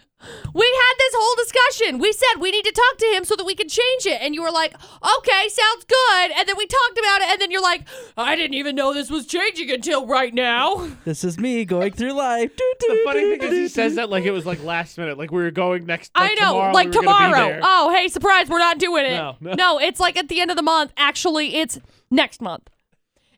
Speaker 2: We had this whole discussion. We said we need to talk to him so that we can change it. And you were like, okay, sounds good. And then we talked about it. And then you're like, I didn't even know this was changing until right now.
Speaker 3: This is me going through life. Doo,
Speaker 1: The
Speaker 3: doo,
Speaker 1: funny
Speaker 3: doo,
Speaker 1: thing is
Speaker 3: doo,
Speaker 1: he
Speaker 3: doo.
Speaker 1: says that like it was like last minute. Like we were going next
Speaker 2: I know, like
Speaker 1: we were gonna be
Speaker 2: tomorrow.
Speaker 1: there.
Speaker 2: Oh, hey, surprise, we're not doing it.
Speaker 1: No, no.
Speaker 2: it's like at the end of the month. Actually, it's next month.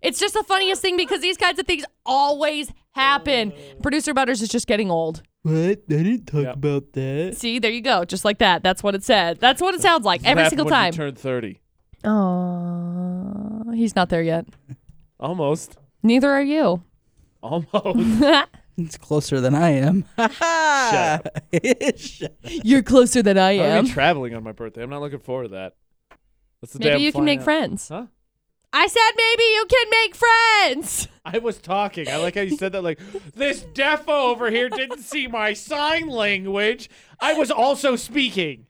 Speaker 2: It's just the funniest thing because these kinds of things always happen.
Speaker 1: Oh.
Speaker 2: Producer Butters is just getting old.
Speaker 3: What? I didn't talk
Speaker 1: Yeah.
Speaker 3: about that.
Speaker 2: See, there you go. Just like that. That's what it said. That's what it sounds like every
Speaker 1: Happened
Speaker 2: single
Speaker 1: when you
Speaker 2: time.
Speaker 1: turned 30.
Speaker 2: Oh, he's not there yet.
Speaker 1: Almost.
Speaker 2: Neither are you.
Speaker 1: Almost.
Speaker 3: It's closer than I am.
Speaker 1: Shut up.
Speaker 3: Shut up.
Speaker 2: You're closer than I
Speaker 1: I'm
Speaker 2: am.
Speaker 1: traveling on my birthday. I'm not looking forward to that. That's the day
Speaker 2: Maybe
Speaker 1: I'm
Speaker 2: you can
Speaker 1: flying
Speaker 2: make
Speaker 1: out.
Speaker 2: friends.
Speaker 1: Huh?
Speaker 2: I said maybe you can make friends.
Speaker 1: I was talking. I like how you said that. Like this defo over here didn't see my sign language. I was also speaking.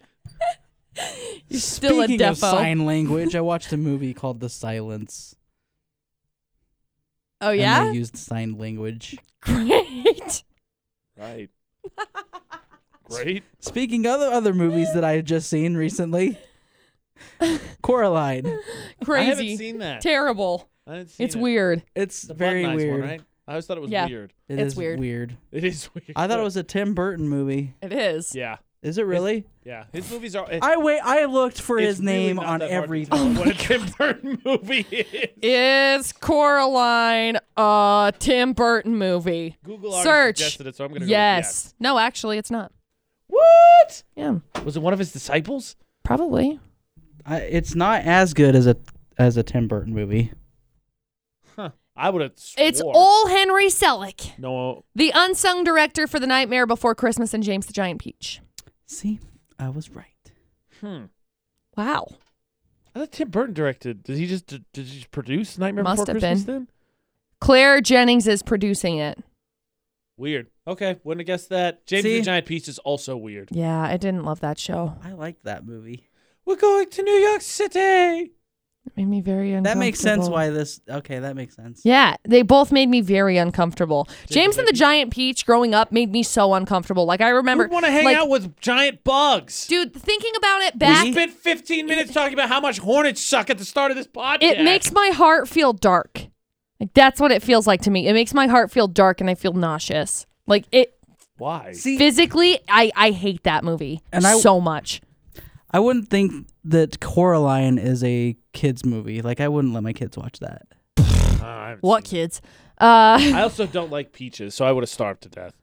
Speaker 2: You're still
Speaker 3: Speaking
Speaker 2: a defo.
Speaker 3: of sign language, I watched a movie called The Silence.
Speaker 2: oh
Speaker 3: and
Speaker 2: yeah,
Speaker 3: they used sign language.
Speaker 2: great.
Speaker 1: Right. Great.
Speaker 3: Speaking of the other movies that I have just seen recently, Coraline.
Speaker 1: I haven't
Speaker 2: crazy,
Speaker 1: seen that.
Speaker 2: terrible.
Speaker 1: I haven't seen
Speaker 2: It's
Speaker 1: it.
Speaker 2: weird.
Speaker 3: It's
Speaker 1: The
Speaker 3: very
Speaker 1: Blood Knives
Speaker 3: weird.
Speaker 1: One, right? I always thought it was
Speaker 2: Yeah.
Speaker 1: weird.
Speaker 3: It
Speaker 2: It's
Speaker 3: is
Speaker 2: weird.
Speaker 1: It is weird.
Speaker 3: I thought it was a Tim Burton movie.
Speaker 2: It is.
Speaker 1: Yeah.
Speaker 3: Is it really?
Speaker 1: Yeah. His movies are.
Speaker 3: I wait. I looked for
Speaker 1: it's
Speaker 3: his
Speaker 1: really
Speaker 3: name
Speaker 1: not
Speaker 3: on
Speaker 1: that hard to
Speaker 3: every. Oh
Speaker 1: tell what a Tim Burton movie is.
Speaker 2: Is Coraline a Tim Burton movie?
Speaker 1: Google already
Speaker 2: Search.
Speaker 1: suggested it, so I'm gonna go with
Speaker 2: yes. No, actually, it's not.
Speaker 1: What?
Speaker 2: Yeah,
Speaker 1: Was it one of his disciples?
Speaker 2: probably.
Speaker 3: I, it's not as good as a as a Tim Burton movie.
Speaker 1: Huh. I would have.
Speaker 2: It's all Henry Selick,
Speaker 1: No. oh,
Speaker 2: the unsung director for The Nightmare Before Christmas and James the Giant Peach.
Speaker 3: See, I was right.
Speaker 1: Hmm.
Speaker 2: Wow.
Speaker 1: I thought Tim Burton directed. Did he just did he just produce Nightmare
Speaker 2: Must
Speaker 1: Before
Speaker 2: have
Speaker 1: Christmas
Speaker 2: been.
Speaker 1: then?
Speaker 2: Claire Jennings is producing it.
Speaker 1: Weird. Okay, wouldn't have guessed that. James
Speaker 3: See?
Speaker 1: the Giant Peach is also weird.
Speaker 2: Yeah, I didn't love that show.
Speaker 3: I liked that movie.
Speaker 1: We're going to New York City.
Speaker 2: It made me very uncomfortable.
Speaker 3: That makes sense why this. Okay, that makes sense.
Speaker 2: Yeah, they both made me very uncomfortable. James and the Giant Peach growing up made me so uncomfortable. Like I remember,
Speaker 1: want to hang
Speaker 2: like,
Speaker 1: out with giant bugs.
Speaker 2: dude. Thinking about it back,
Speaker 1: we spent 15 minutes talking about how much hornets suck at the start of this podcast.
Speaker 2: it makes my heart feel dark. Like that's what it feels like to me. It makes my heart feel dark, and I feel nauseous. Like it
Speaker 1: why?
Speaker 3: See,
Speaker 2: physically, I I hate that movie
Speaker 3: And I-
Speaker 2: so much.
Speaker 3: I wouldn't think that Coraline is a kids movie. Like I wouldn't let my kids watch that.
Speaker 1: Uh, I haven't
Speaker 2: What
Speaker 1: seen
Speaker 2: kids? Uh
Speaker 1: it. I also don't like peaches, so I would have starved to death.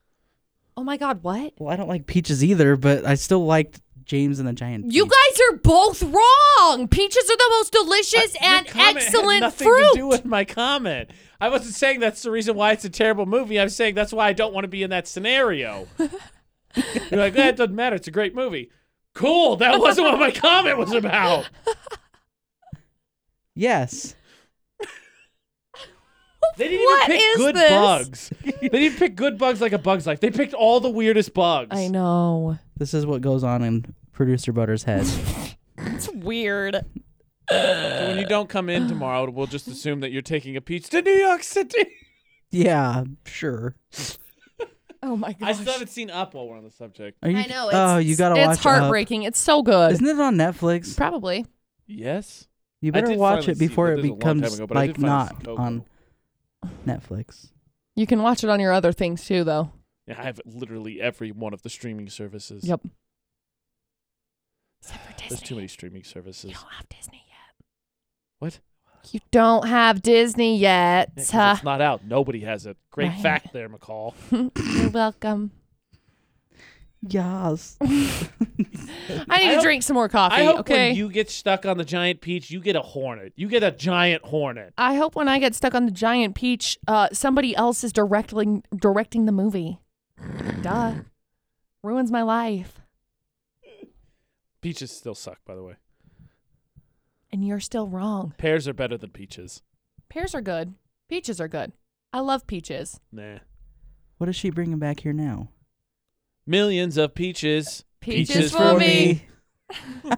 Speaker 2: oh my god, what?
Speaker 3: Well, I don't like peaches either, but I still liked James and the Giant.
Speaker 2: You
Speaker 3: Peach.
Speaker 2: guys are both wrong. Peaches are the most delicious and
Speaker 1: Your comment had
Speaker 2: excellent
Speaker 1: nothing
Speaker 2: fruit.
Speaker 1: to do with my comment. I wasn't saying that's the reason why it's a terrible movie. I'm saying that's why I don't want to be in that scenario. You're like, that doesn't matter. It's a great movie. Cool. That wasn't what my comment was about.
Speaker 3: Yes.
Speaker 1: They didn't
Speaker 2: What
Speaker 1: even
Speaker 2: is
Speaker 1: pick good
Speaker 2: this?
Speaker 1: bugs. They didn't pick good bugs like a bug's life. They picked all the weirdest bugs.
Speaker 2: I know.
Speaker 3: This is what goes on in producer Butter's head.
Speaker 2: It's weird.
Speaker 1: So when you don't come in tomorrow, we'll just assume that you're taking a peach to New York City.
Speaker 3: yeah, sure.
Speaker 2: Oh my
Speaker 1: I
Speaker 2: gosh.
Speaker 1: still haven't seen Up while we're on the subject.
Speaker 3: Are you,
Speaker 2: I know. It's,
Speaker 3: oh, you gotta
Speaker 2: it's
Speaker 3: watch.
Speaker 2: It's heartbreaking. It's so good.
Speaker 3: Up. Isn't it on Netflix?
Speaker 2: Probably.
Speaker 1: Yes. I
Speaker 3: You better
Speaker 1: did
Speaker 3: watch
Speaker 1: finally
Speaker 3: it
Speaker 1: see it,
Speaker 3: before
Speaker 1: but
Speaker 3: it
Speaker 1: this was a long time
Speaker 3: becomes
Speaker 1: ago, but I
Speaker 3: like
Speaker 1: did finally see
Speaker 3: not
Speaker 1: Coco.
Speaker 3: on Netflix.
Speaker 2: You can watch it on your other things too, though.
Speaker 1: Yeah, I have literally every one of the streaming services.
Speaker 2: Yep. Except for Disney.
Speaker 1: There's too many streaming services.
Speaker 2: You don't have Disney yet.
Speaker 1: What?
Speaker 2: You don't have Disney yet.
Speaker 1: Yeah, 'cause
Speaker 2: huh?
Speaker 1: it's not out. Nobody has it. Great
Speaker 2: Right.
Speaker 1: fact there, McCall.
Speaker 2: You're welcome.
Speaker 3: Yes.
Speaker 2: I need
Speaker 1: I
Speaker 2: to
Speaker 1: hope-
Speaker 2: drink some more coffee.
Speaker 1: I hope
Speaker 2: okay.
Speaker 1: when you get stuck on the giant peach, you get a hornet. You get a giant hornet.
Speaker 2: I hope when I get stuck on the giant peach, uh, somebody else is directing directing the movie. Duh, ruins my life,
Speaker 1: Peaches still suck, by the way.
Speaker 2: and you're still wrong.
Speaker 1: Pears are better than peaches.
Speaker 2: Pears are good. Peaches are good. I love peaches.
Speaker 1: Nah.
Speaker 3: what is she bringing back here now?
Speaker 1: Millions of peaches.
Speaker 2: Peaches
Speaker 1: Peaches
Speaker 2: for,
Speaker 1: for
Speaker 2: me.
Speaker 1: me.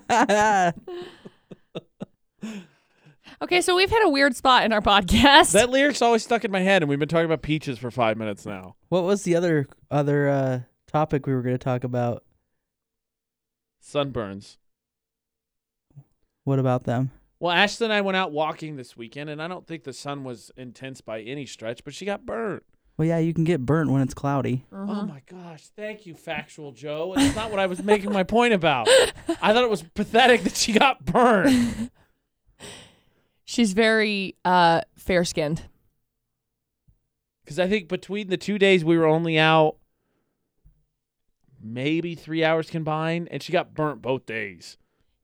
Speaker 2: Okay, so we've hit a weird spot in our podcast.
Speaker 1: That lyric's always stuck in my head, and we've been talking about peaches for five minutes now.
Speaker 3: what was the other other uh, topic we were going to talk about?
Speaker 1: Sunburns.
Speaker 3: What about them?
Speaker 1: Well, Ashley and I went out walking this weekend, and I don't think the sun was intense by any stretch, but she got burnt.
Speaker 3: Well, yeah, you can get burnt when it's cloudy.
Speaker 1: Oh
Speaker 2: Mm-hmm.
Speaker 1: my gosh. Thank you, Factual Joe. It's not what I was making my point about. I thought it was pathetic that she got burnt.
Speaker 2: She's very uh, fair skinned.
Speaker 1: Because I think between the two days, we were only out maybe three hours combined, and she got burnt both days.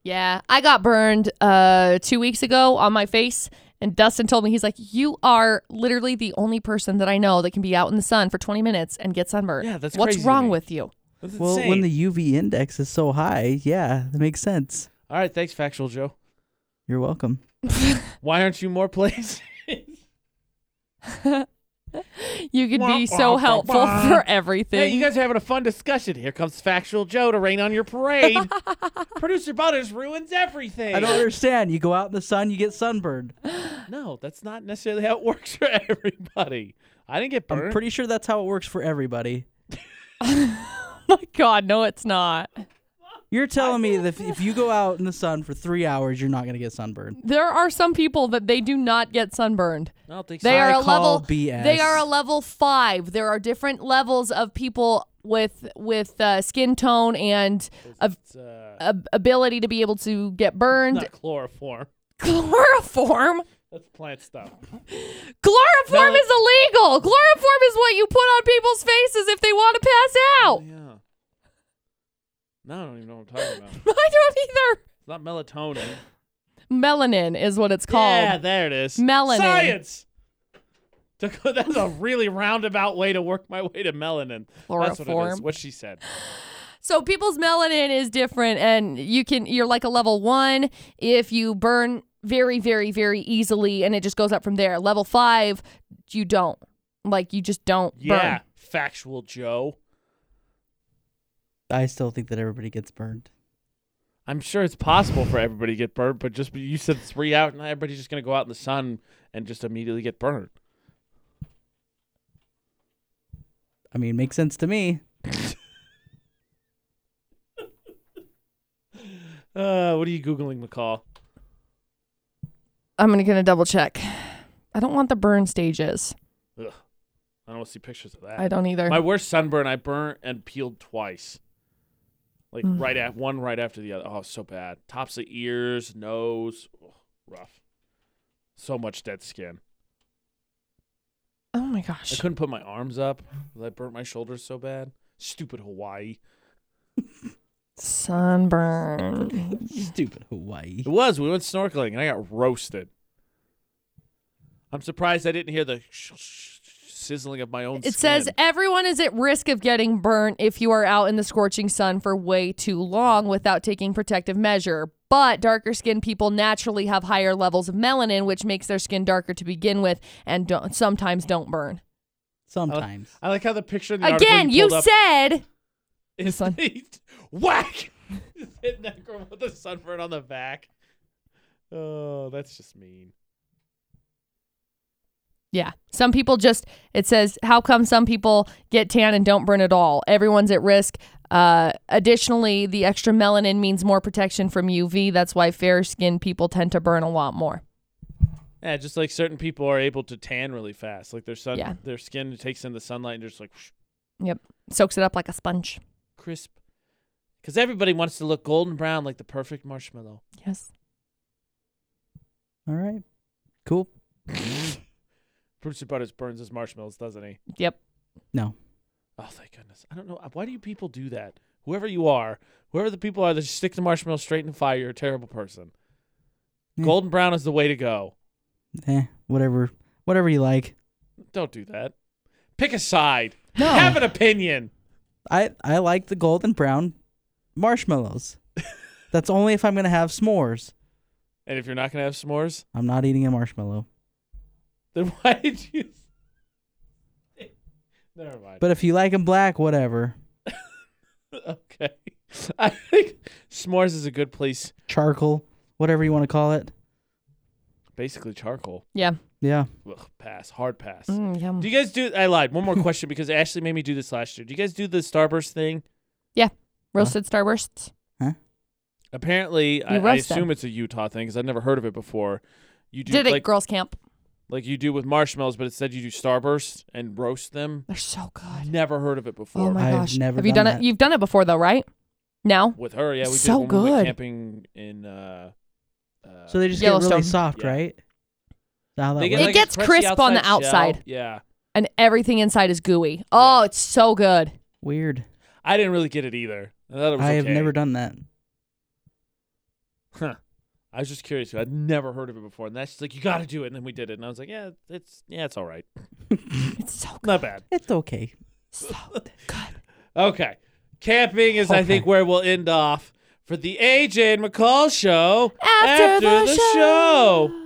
Speaker 2: Yeah, I got burned uh, two weeks ago on my face, and Dustin told me he's like, "You are literally the only person that I know that can be out in the sun for 20 minutes and get sunburned.
Speaker 1: Yeah, that's
Speaker 2: what's
Speaker 1: crazy to
Speaker 2: wrong
Speaker 1: me.
Speaker 2: with you."
Speaker 1: That's
Speaker 3: Well,
Speaker 1: insane.
Speaker 3: when the UV index is so high, yeah, that makes sense.
Speaker 1: All right, thanks, Factual Joe.
Speaker 3: You're welcome.
Speaker 1: Why aren't you more places?
Speaker 2: You could
Speaker 1: Wah,
Speaker 2: be
Speaker 1: wah,
Speaker 2: so
Speaker 1: wah,
Speaker 2: helpful
Speaker 1: wah.
Speaker 2: for everything.
Speaker 1: Hey, you guys are having a fun discussion. Here comes Factual Joe to rain on your parade. Producer Butters ruins everything.
Speaker 3: I don't understand. You go out in the sun, you get sunburned.
Speaker 1: No, that's not necessarily how it works for everybody. I didn't get
Speaker 3: I'm
Speaker 1: burned.
Speaker 3: pretty sure that's how it works for everybody.
Speaker 2: Oh my God, no, it's not.
Speaker 3: You're telling me that if- if you go out in the sun for three hours, you're not going to get sunburned.
Speaker 2: There are some people that they do not get sunburned.
Speaker 1: I don't think
Speaker 2: They
Speaker 3: I
Speaker 2: are a
Speaker 3: call
Speaker 2: level.
Speaker 3: BS.
Speaker 2: They are a level five. There are different levels of people with with uh, skin tone and ab-
Speaker 1: so. It's, uh,
Speaker 2: ab- ability to be able to get burned.
Speaker 1: not chloroform.
Speaker 2: Chloroform.
Speaker 1: That's plant stuff.
Speaker 2: Chloroform
Speaker 1: No.
Speaker 2: is illegal. Chloroform is what you put on people's faces if they want to pass out.
Speaker 1: Yeah. No, I don't even know what I'm talking about. It's
Speaker 2: I
Speaker 1: not
Speaker 2: don't
Speaker 1: melatonin.
Speaker 2: either. Melanin is what it's called.
Speaker 1: Yeah, there it is.
Speaker 2: Melanin.
Speaker 1: Science. To go- That's a really roundabout way to work my way to melanin. That's what it is.
Speaker 2: Chloroform.
Speaker 1: What she said.
Speaker 2: So people's melanin is different, and you can you're like a level one if you burn very, very, very easily, and it just goes up from there. Level five, you don't like you just don't
Speaker 1: Yeah.
Speaker 2: burn.
Speaker 1: Factual Joe.
Speaker 3: I still think that everybody gets burned.
Speaker 1: I'm sure it's possible for everybody to get burnt, but just be- you said three out, and everybody's just gonna go out in the sun and just immediately get burnt.
Speaker 3: I mean, makes sense to me.
Speaker 1: Uh, what are you googling, McCall?
Speaker 2: I'm gonna gonna double check. I don't want the burn stages.
Speaker 1: Ugh. I don't want to see pictures of that.
Speaker 2: I don't either.
Speaker 1: My worst sunburn, I burnt and peeled twice. Like
Speaker 2: Mm.
Speaker 1: right at one right after the other. Oh, so bad. Tops of ears, nose. Ugh, rough. So much dead skin.
Speaker 2: oh my
Speaker 1: I
Speaker 2: gosh.
Speaker 1: couldn't put my arms up 'cause I burnt my shoulders so bad. Stupid Hawaii.
Speaker 2: Sunburn.
Speaker 3: Stupid Hawaii.
Speaker 1: It was. We went snorkeling and I got roasted. I'm surprised I didn't hear the sh- sh- sh- sizzling of my own
Speaker 2: It says
Speaker 1: skin.
Speaker 2: everyone is at risk of getting burnt if you are out in the scorching sun for way too long without taking protective measure. But darker skinned people naturally have higher levels of melanin, which makes their skin darker to begin with and don't, sometimes don't burn.
Speaker 3: Sometimes.
Speaker 1: I like how the picture in the article
Speaker 2: Again, you,
Speaker 1: pulled up
Speaker 2: said
Speaker 1: is
Speaker 2: sun.
Speaker 1: whack hitting that girl with the sunburn on the back. Oh, that's just mean.
Speaker 2: Yeah. Some people just, it says, how come some people get tan and don't burn at all? Everyone's at risk. Uh, additionally, the extra melanin means more protection from UV. That's why fair skinned people tend to burn a lot more.
Speaker 1: Yeah, just like certain people are able to tan really fast, like their sun,
Speaker 2: Yeah.
Speaker 1: their skin takes in the sunlight and just like whoosh,
Speaker 2: Soaks it up like a sponge.
Speaker 1: crisp. Because everybody wants to look golden brown like the perfect marshmallow.
Speaker 2: Yes.
Speaker 3: All right. Cool.
Speaker 1: Bruce Butters burns his marshmallows, doesn't he?
Speaker 2: Yep.
Speaker 1: Oh, thank goodness. I don't know. Why do you people do that? Whoever you are, whoever the people are that just stick the marshmallow straight in the fire, you're a terrible person.
Speaker 3: Yeah.
Speaker 1: Golden brown is the way to go.
Speaker 3: Eh, whatever. Whatever you like.
Speaker 1: Don't do that. Pick a side.
Speaker 3: No.
Speaker 1: Have an opinion.
Speaker 3: I I like the golden brown marshmallows. That's only if I'm gonna have s'mores.
Speaker 1: And if you're not gonna have s'mores,
Speaker 3: I'm not eating a marshmallow.
Speaker 1: then why did you? Never mind.
Speaker 3: But if you like them black, whatever.
Speaker 1: okay, I think s'mores is a good place.
Speaker 3: Charcoal, whatever you want to call it.
Speaker 1: Basically, charcoal.
Speaker 2: Yeah.
Speaker 3: Yeah.
Speaker 1: Ugh, pass. Hard pass.
Speaker 2: Mm, yum.
Speaker 1: Do you guys do? I lied. One more question because Ashley made me do this last year. Do you guys do the Starburst thing?
Speaker 2: Roasted starbursts.
Speaker 1: Apparently, I,
Speaker 2: You
Speaker 1: I
Speaker 2: roast them.
Speaker 1: assume it's a Utah thing because I've never heard of it before. You do
Speaker 2: Did it
Speaker 1: like
Speaker 2: girls camp.
Speaker 1: like you do with marshmallows, but instead you do Starburst and roast them.
Speaker 2: They're so good.
Speaker 1: Never heard of it before.
Speaker 2: Oh my
Speaker 3: I've
Speaker 2: gosh.
Speaker 3: never
Speaker 2: Have you
Speaker 3: done
Speaker 2: done,
Speaker 3: that.
Speaker 2: it? You've done it before though, right? No.
Speaker 1: with her. Yeah, we
Speaker 2: So
Speaker 1: did when we went
Speaker 2: good.
Speaker 1: camping in. Uh, uh,
Speaker 3: So they just get really
Speaker 2: Yellowstone.
Speaker 3: soft,
Speaker 1: Yeah.
Speaker 3: right? Is that how that
Speaker 1: they
Speaker 3: works?
Speaker 2: It
Speaker 1: like, a
Speaker 2: gets
Speaker 1: crunchy
Speaker 2: crisp on the outside.
Speaker 1: shell. Yeah,
Speaker 2: And everything inside is gooey. Oh, it's so good.
Speaker 3: Weird.
Speaker 1: I didn't really get it either. I thought it was
Speaker 3: I have
Speaker 1: okay.
Speaker 3: never done that.
Speaker 1: Huh. I was just curious. I'd never heard of it before, and that's just like you got to do it. And then we did it, and I was like, yeah, it's yeah, it's all right,
Speaker 2: It's so good.
Speaker 1: not bad.
Speaker 3: It's okay.
Speaker 2: So good.
Speaker 1: Okay, camping is I
Speaker 3: Okay.
Speaker 1: think where we'll end off for the AJ and McCall show
Speaker 2: After the show.